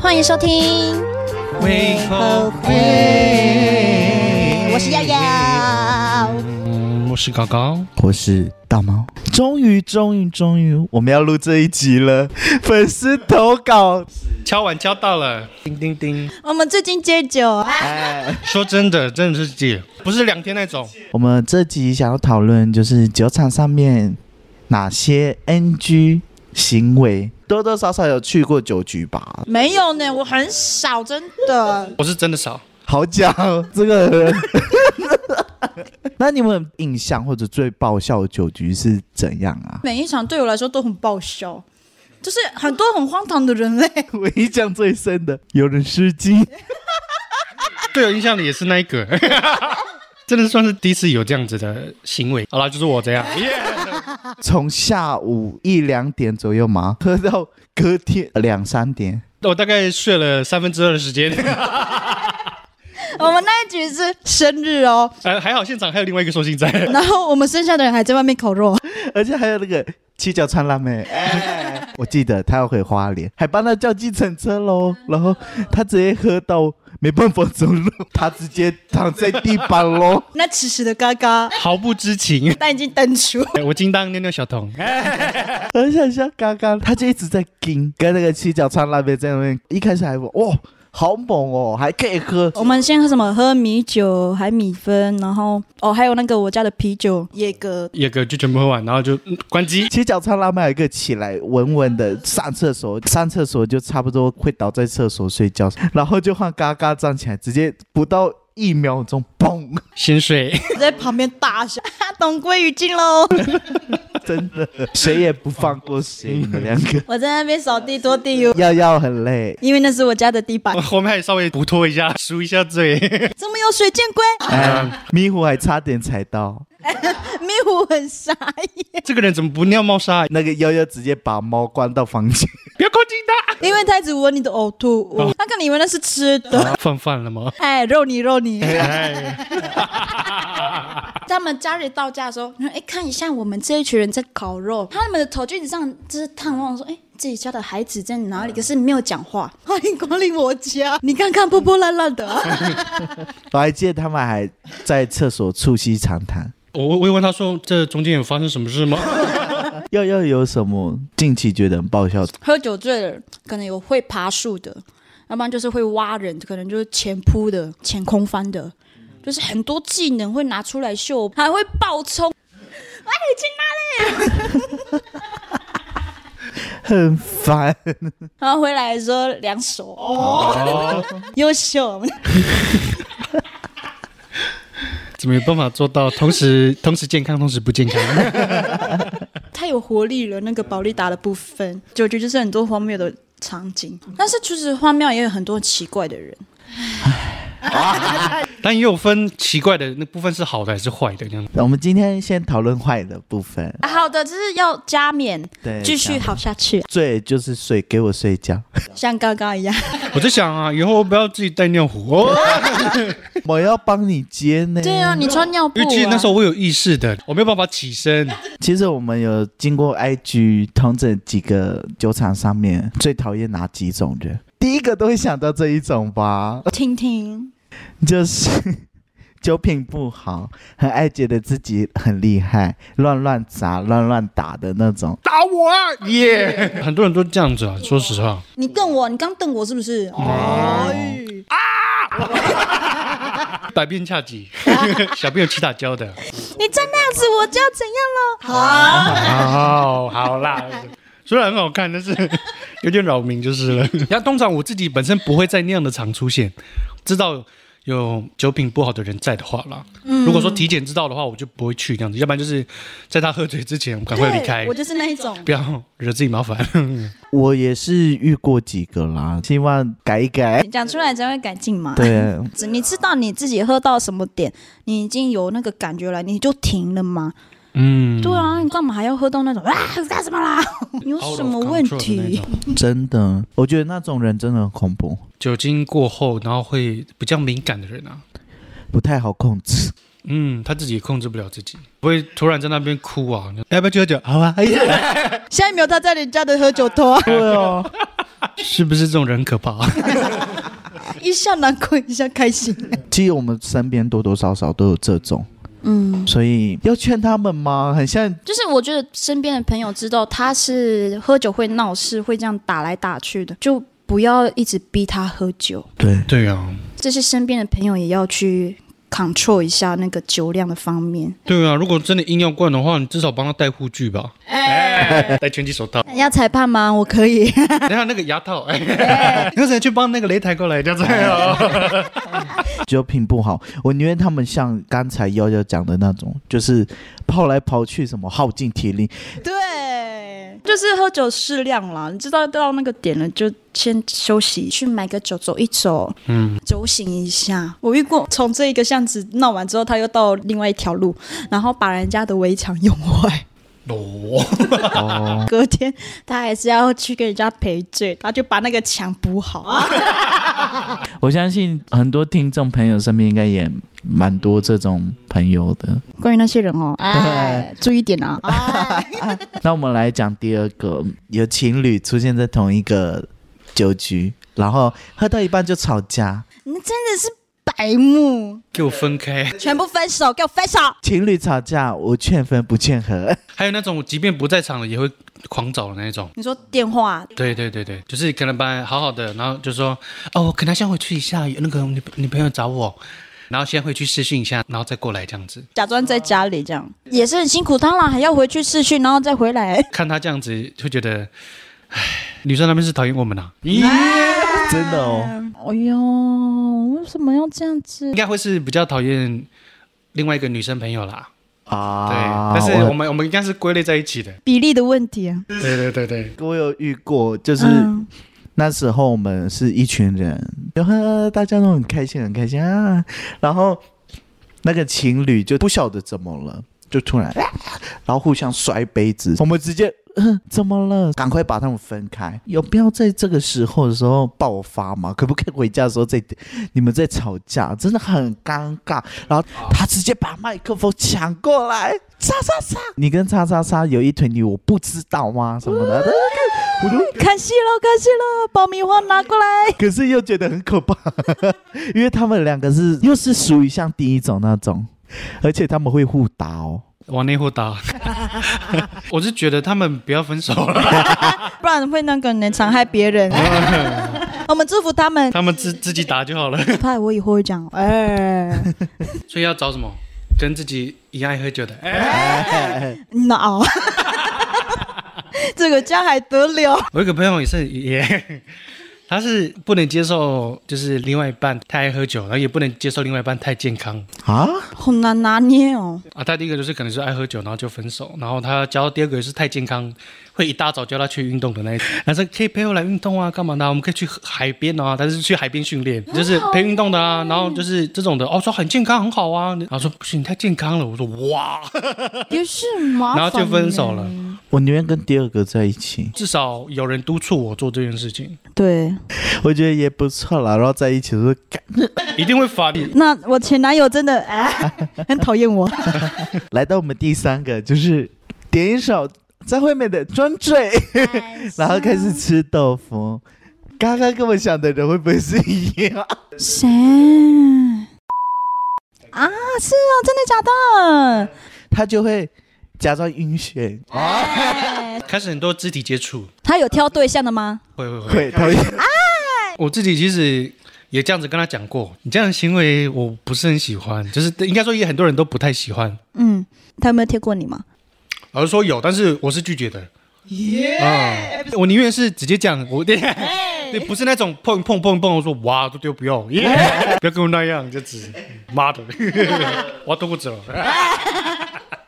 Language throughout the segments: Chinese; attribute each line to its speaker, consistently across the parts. Speaker 1: 欢迎收听，
Speaker 2: 会后悔。
Speaker 1: 我是耀耀。
Speaker 2: 嗯，我是高高。
Speaker 3: 我是大猫。终于，终于，终于，我们要录这一集了！粉丝投稿，
Speaker 2: 敲碗敲到了，叮叮叮。
Speaker 1: 我们最近戒酒，啊
Speaker 3: 哎，
Speaker 2: 说真的，真的是姐，不是两天那种。
Speaker 3: 我们这集想要讨论就是酒场上面哪些 NG 行为，多多少少有去过酒局吧？
Speaker 1: 没有呢，我很少，真的。
Speaker 2: 我是真的少。
Speaker 3: 好讲这 个。那你们有印象或者最爆笑的酒局是怎样啊？
Speaker 1: 每一场对我来说都很爆笑，就是很多很荒唐的人类。
Speaker 3: 我印象最深的有人失禁，
Speaker 2: 对我印象里也是那一个， 真的算是第一次有这样子的行为。好啦，就是我这样。
Speaker 3: 从下午一两点左右嘛， 喝到隔天两三点。
Speaker 2: 我大概睡了三分之二的时间，
Speaker 1: 我们那一局是生日哦，
Speaker 2: 呃，还好现场还有另外一个寿星在。
Speaker 1: 然后我们剩下的人还在外面烤肉。
Speaker 3: 而且还有那个七角川辣妹，哎， 我记得她要回花莲，还帮她叫计程车 喽。然后她直接喝到没办法走路，她直接躺在地板 喽。
Speaker 1: 那此时的嘎嘎，
Speaker 2: 毫不知情，
Speaker 1: 但已经登出。
Speaker 2: 哎我今当尿尿小童，哎
Speaker 3: 很想像刚刚，她就一直在跟跟那个七角川辣妹在那边，一开始还哇、好猛哦，还可以喝。
Speaker 1: 我们先喝什么？喝米酒，还米分，然后哦，还有那个我家的啤酒野格。
Speaker 2: 野哥就全部喝完，然后就嗯关机。
Speaker 3: 七角川辣妹有一个起来稳稳的上厕所，上厕所就差不多会倒在厕所睡觉，然后就换嘎嘎站起来，直接不到一秒钟，砰！
Speaker 2: 先睡，
Speaker 1: 在旁边大笑， 董归于尽喽！
Speaker 3: 真的，谁也不放过谁，你们两个
Speaker 1: 我在那边扫地拖地哟，
Speaker 3: 要要很累。
Speaker 1: 因为那是我家的地板
Speaker 2: 我。后面还稍微补拖一下，赎一下罪。
Speaker 1: 怎么有水箭 龟？
Speaker 3: 哎，迷糊还差点踩到，
Speaker 1: 迷糊很傻 眼，
Speaker 2: 这个人怎么不尿猫砂？
Speaker 3: 那个悠悠直接把猫关到房间，
Speaker 2: 不要靠近他。
Speaker 1: 因为他一直闻你的呕吐物，他可能以为那是吃 的。
Speaker 2: 放饭了吗？
Speaker 1: 哎，肉泥肉泥！
Speaker 2: 哎，
Speaker 1: 他们家里到家的时候，哎，看一下我们这一群人在烤肉，他们的头就一直这样，就是探望说，哎，自己家的孩子在哪里？可是没有讲话。 欢迎光临我家，你看看破破烂烂的，
Speaker 3: 我还记得他们还在厕所促膝长谈。
Speaker 2: 我我我也问他说，这中间有发生什么事吗？
Speaker 3: 悠悠有什么近期觉得很爆笑？
Speaker 1: 喝酒醉了，可能有会爬树的，要不然就是会挖人，可能就是前扑的、前空翻的，就是很多技能会拿出来秀，还会爆冲。哎，去哪里？
Speaker 3: 很烦，
Speaker 1: 然后回来的时候两手，哦，优秀。
Speaker 2: 怎么有办法做到同时 同时健康，同时不健康？
Speaker 1: 太有活力了，那个保利达的部分，九局就是很多荒谬的场景，但是除此荒谬也有很多奇怪的人。
Speaker 2: 但也有分奇怪的那部分是好的还是坏的这样。
Speaker 3: 我们今天先讨论坏的部分。
Speaker 1: 啊好的，就是要加冕，
Speaker 3: 对，
Speaker 1: 继续好下去，啊
Speaker 3: 醉就是睡，给我睡觉。
Speaker 1: 像刚刚一样。
Speaker 2: 我在想啊，以后不要自己带尿壶 哦。
Speaker 3: 我要帮你接呢。
Speaker 1: 对啊，你穿尿布、
Speaker 2: 因为
Speaker 1: 啊。
Speaker 2: 其实那时候我有意识的，我没有办法起身。
Speaker 3: 其实我们有经过 IG 同整几个酒厂上面最讨厌哪几种人，第一个都会想到这一种吧，
Speaker 1: 听听，
Speaker 3: 就是 酒品不好，很爱觉得自己很厉害，乱乱砸、乱乱打的那种。
Speaker 2: 打我啊！耶、很多人都这样子啊。说实话，
Speaker 1: 你瞪我，你刚瞪我是不是？哦，
Speaker 2: 百变恰吉， 小朋友起打教的。
Speaker 1: 你再那样子，我就要怎样了？好，
Speaker 2: 哦，好啦，虽然很好看，但 是有点扰民就是了。然后通常我自己本身不会在那样的场出现，知道有酒品不好的人在的话啦。如果说体检知道的话，我就不会去这样子，要不然就是在他喝醉之前，我赶快离开
Speaker 1: 嗯我，就是那一种。
Speaker 2: 不要惹自己麻烦。
Speaker 3: 我也是遇过几个啦，希望改一改。
Speaker 2: 哎
Speaker 1: 你讲出来才会改进嘛。
Speaker 2: 啊
Speaker 3: 对，
Speaker 1: 你知道你自己喝到什么点，你已经有那个感觉了，你就停了吗？
Speaker 2: 嗯，
Speaker 1: 对啊，你干嘛还要喝到那种啊？干什 么啦？你有什么问
Speaker 2: Out of control 的那
Speaker 1: 题
Speaker 2: 种？？
Speaker 3: 真的，我觉得那种人真的很恐怖，
Speaker 2: 酒精过后，然后会比较敏感的人啊，
Speaker 3: 不太好控制。
Speaker 2: 嗯，他自己也控制不了自己，不会突然在那边哭啊，要不要去喝酒？好啊，哎呀，
Speaker 1: 啊下一秒他在人家的喝酒托，
Speaker 3: 对哦，
Speaker 2: 是不是这种人很可怕、啊
Speaker 1: 一下难过一下开心。
Speaker 3: 其实我们身边多多少少都有这种，嗯，所以要劝他们吗？很像
Speaker 1: 就是我觉得身边的朋友知道他是喝酒会闹事，会这样打来打去的，就不要一直逼他喝酒。
Speaker 3: 对，
Speaker 2: 对啊，
Speaker 1: 这些身边的朋友也要去 control 一下那个酒量的方面，
Speaker 2: 对啊，如果真的硬要灌的话，你至少帮他戴护具吧，哎，戴拳击手套，
Speaker 1: 要裁判吗？我可以。
Speaker 2: 然后那个牙套， 哎，啊刚才去帮那个擂台过来，这样子。
Speaker 3: 酒品不好，我宁愿他们像刚才幺幺讲的那种，就是跑来跑去，什么耗尽体力，
Speaker 1: 对，就是喝酒适量啦，你知道到那个点了就先休息，去买个酒走一走，嗯，酒醒一下。我遇过从这一个巷子闹完之后，他又到另外一条路，然后把人家的围墙用 坏，
Speaker 2: 哦，
Speaker 1: 隔天他还是要去给人家赔罪，他就把那个墙补好。
Speaker 4: 我相信很多听众朋友身边应该也蛮多这种朋友的。
Speaker 1: 关于那些人哦，哎，注意点啊！
Speaker 4: 那我们来讲第二个，
Speaker 3: 有情侣出现在同一个酒局，然后喝到一半就吵架，
Speaker 1: 你真的是白目，
Speaker 2: 给我分开！
Speaker 1: 全部分手，给我分手！
Speaker 3: 情侣吵架，我劝分不劝和，
Speaker 2: 还有那种即便不在场了也会狂找的那种。
Speaker 1: 你说电话
Speaker 2: 对对对对，就是可能本来好好的，然后就说哦，我可能先回去一下，有那个女女朋友找我，然后先回去试训一下，然后再过来这样子。
Speaker 1: 假装在家里这样，也是很辛苦。当然还要回去试训，然后再回来。
Speaker 2: 看他这样子，就觉得，唉，女生那边是讨厌我们啊，咦，
Speaker 3: 真的哦。
Speaker 1: 哎呦，为什么要这样子
Speaker 2: 应？该会是比较讨厌另外一个女生朋友啦。对，
Speaker 3: 啊，
Speaker 2: 但是我们我们应该是归类在一起的。
Speaker 1: 比例的问题啊。
Speaker 2: 对对对对，
Speaker 3: 我我有遇过，就是
Speaker 1: 嗯
Speaker 3: 那时候我们是一群人，然后大家都很开心，很开心啊。然后那个情侣就不晓得怎么了，就突然，啊然后互相摔杯子，我们直接。嗯，怎么了？赶快把他们分开！有必要在这个时候的时候爆发吗？可不可以回家的时候再你们在吵架，真的很尴尬。然后他直接把麦克风抢过来，叉叉叉，你跟叉叉叉有一腿你我不知道吗？什么的，我就
Speaker 1: 看戏喽，看戏喽，爆米花拿过来。
Speaker 3: 可是又觉得很可怕， 因为他们两个是又是属于像第一种那种，而且他们会互打哦。
Speaker 2: 往内互 打。我是觉得他们不要分手 了，
Speaker 1: 不然会那个呢，伤害别 人。我们祝福他们。
Speaker 2: 他们自自己打就好了。
Speaker 1: 怕我以后会讲， 哎，
Speaker 2: 所以要找什么？跟自己一样爱喝酒的。哎、
Speaker 3: 哎
Speaker 1: 闹， 这个家还得了？
Speaker 2: 我有一个朋友也是也， 他是不能接受，就是另外一半太爱喝酒，然后也不能接受另外一半太健康
Speaker 3: 啊，
Speaker 1: 好难拿捏哦。
Speaker 2: 啊。他第一个就是可能是爱喝酒，然后就分手，然后他教第二个也是太健康，会一大早叫他去运动的那一种。他说可以陪我来运动啊，干嘛的啊、我们可以去海边啊，但是去海边训练，就是陪运动的啊。然后就是这种的，哦，说很健康，很好啊。然后说不行，你太健康了。我说哇，
Speaker 1: 也是麻
Speaker 2: 然后就分手了。
Speaker 3: 我宁愿跟第二个在一起，
Speaker 2: 至少有人督促我做这件事情，
Speaker 1: 对，
Speaker 3: 我觉得也不错啦。然后在一起的时候，干
Speaker 2: 一定会烦。
Speaker 1: 那我前男友真的哎， 很讨厌我。
Speaker 3: 来到我们第三个，就是点一首张惠妹的《装 醉》，然后开始吃豆腐。刚刚跟我想的人会不会是一样？
Speaker 1: 谁？啊，是哦，真的假的？
Speaker 3: 他就会假装晕眩，
Speaker 1: 哎
Speaker 2: 开始很多肢体接触，
Speaker 1: 他有挑对象的吗？
Speaker 2: 会会会。
Speaker 3: 会，他会
Speaker 2: 我自己其实也这样子跟他讲过，你这样的行为我不是很喜欢，就是应该说也很多人都不太喜欢。
Speaker 1: 嗯，他有没有贴过你吗？
Speaker 2: 老实说有，但是我是拒绝的。耶、我宁愿是直接讲，我对，不是那种碰碰碰碰，我说哇都丢不要，耶、 不要跟我那样，这只妈的， 我要肚子了。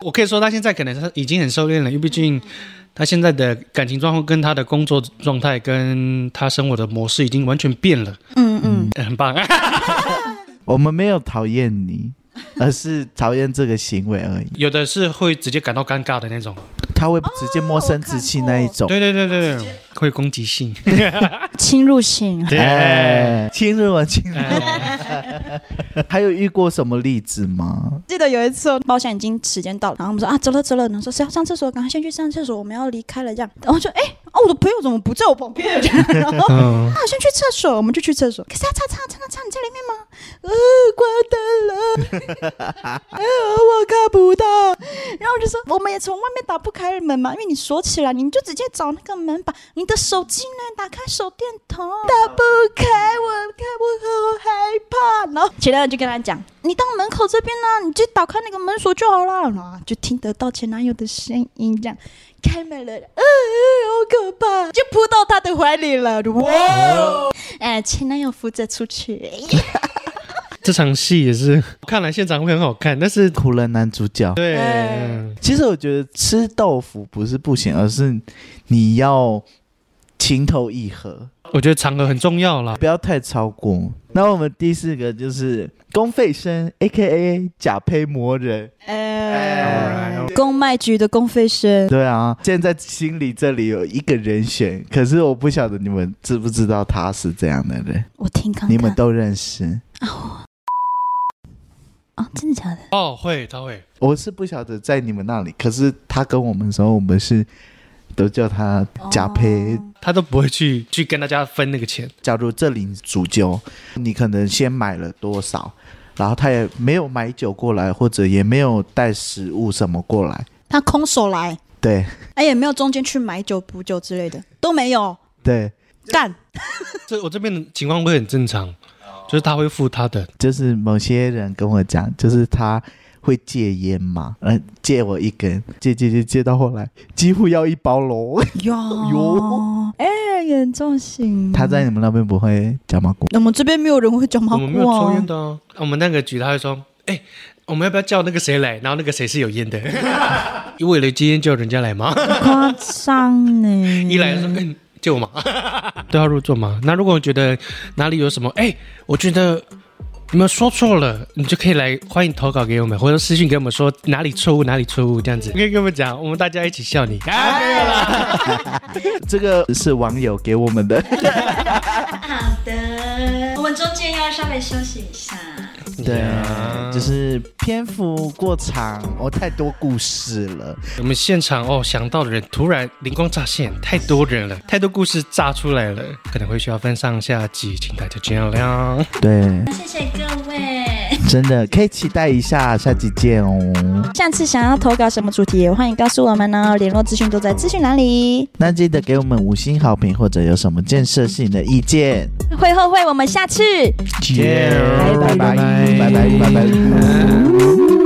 Speaker 2: 我可以说他现在可能是已经很收敛了，因为毕竟他现在的感情状况、跟他的工作状态、跟他生活的模式已经完全变了，
Speaker 1: 嗯嗯，
Speaker 2: 呃很棒。
Speaker 3: 我们没有讨厌你，而是讨厌这个行为而已。
Speaker 2: 有的是会直接感到尴尬的那种。
Speaker 3: 他会直接摸生殖器那一种，
Speaker 2: 哦对对对对对，会攻击性。
Speaker 1: 侵入性，
Speaker 2: 对，
Speaker 3: 哎，亲热啊，亲热。
Speaker 2: 哎
Speaker 3: 还有遇过什么例子吗？
Speaker 1: 记得有一次，包厢已经时间到了，然后我们说啊，走了走了，然后说谁要上厕所，赶快先去上厕所，我们要离开了这样。然后就哎、哦，我的朋友怎么不在我旁边？然后
Speaker 2: 嗯，
Speaker 1: 啊，先去厕所，我们就去厕所。可是啊，叉叉叉叉叉，你在里面吗？呃，关灯了，哎呦，我看不到。然后我就说，我们也从外面打不开门嘛，因为你锁起来，你就直接找那个门把。你的手机呢？打开手电筒，打不开，我看我好害怕。然后其他人就跟他讲，你到门口这边呢、你就打开那个门锁就好了。然后就听得到前男友的声音，这样开门了，嗯、好可怕，就扑到他的怀里了。我就哇！哎，前男友扶着出去，
Speaker 2: 这场戏也是，看来现场会很好看，但是
Speaker 3: 苦了男主角。
Speaker 2: 对，
Speaker 1: 哎
Speaker 3: 其实我觉得吃豆腐不是不行，而是你要情投意合，
Speaker 2: 我觉得场合很重要啦。
Speaker 3: 不要太超过。那我们第四个就是公费生，A K A 假胚魔人。
Speaker 1: 哎，公卖局的公费生，
Speaker 3: 对啊，现在心里这里有一个人选，可是我不晓得你们知不知道他是这样的人，
Speaker 1: 我听看看。
Speaker 3: 你们都认识。
Speaker 1: 啊、真的假的？
Speaker 2: 哦，会，他会，
Speaker 3: 我是不晓得在你们那里，可是他跟我们说，我们是都叫他假胚。
Speaker 2: 他都不会去去跟大家分那个钱。
Speaker 3: 假如这里煮酒，你可能先买了多少，然后他也没有买酒过来，或者也没有带食物什么过来。
Speaker 1: 他空手来，
Speaker 3: 对
Speaker 1: 哎，也没有中间去买酒补酒之类的，都没有
Speaker 3: 对，
Speaker 1: 干。
Speaker 2: 这我这边的情况会很正常，就是他会付他的，
Speaker 3: 就是某些人跟我讲，就是他会戒烟嘛，嗯、借我一根，戒戒戒戒到后来几乎要一包喽。
Speaker 1: 哟
Speaker 3: 哟，
Speaker 1: 哎，严重性。
Speaker 3: 他在你们那边不会讲吗？
Speaker 1: 我们这边没有人会讲毛
Speaker 2: 我
Speaker 1: 菇
Speaker 2: 们没有抽烟
Speaker 1: 啊。
Speaker 2: 的啊。我们那个局他会说，哎、我们要不要叫那个谁来？然后那个谁是有 烟的，为了戒烟叫人家来吗？
Speaker 1: 夸张呢
Speaker 2: 一来就说，嗯，借 我嘛，对号入座嘛。那如果觉得哪里有什么，哎、我觉得。你们说错了，你就可以来欢迎投稿给我们，或者私信给我们说哪里错误哪里错误这样子，你可以跟我们讲，我们大家一起笑你。啊，没有啦。
Speaker 3: 这个是网友给我们的。
Speaker 1: 好的，我们中间要稍微休息一下。
Speaker 3: 对，
Speaker 2: 啊
Speaker 3: 就是篇幅过长，我、太多故事了。
Speaker 2: 我们现场哦，想到的人突然灵光乍现，太多人了，太多故事炸出来了，可能会需要分上下集，请大家见谅。
Speaker 3: 对，
Speaker 1: 谢谢各位。
Speaker 3: 真的可以期待一下，下集见哦。
Speaker 1: 下次想要投稿什么主题，也欢迎告诉我们哦。联络资讯都在资讯栏里。
Speaker 3: 那记得给我们五星好评，或者有什么建设性的意见。
Speaker 1: 会后会，我们下次。
Speaker 3: 见，拜拜
Speaker 2: 拜
Speaker 3: 拜拜拜拜。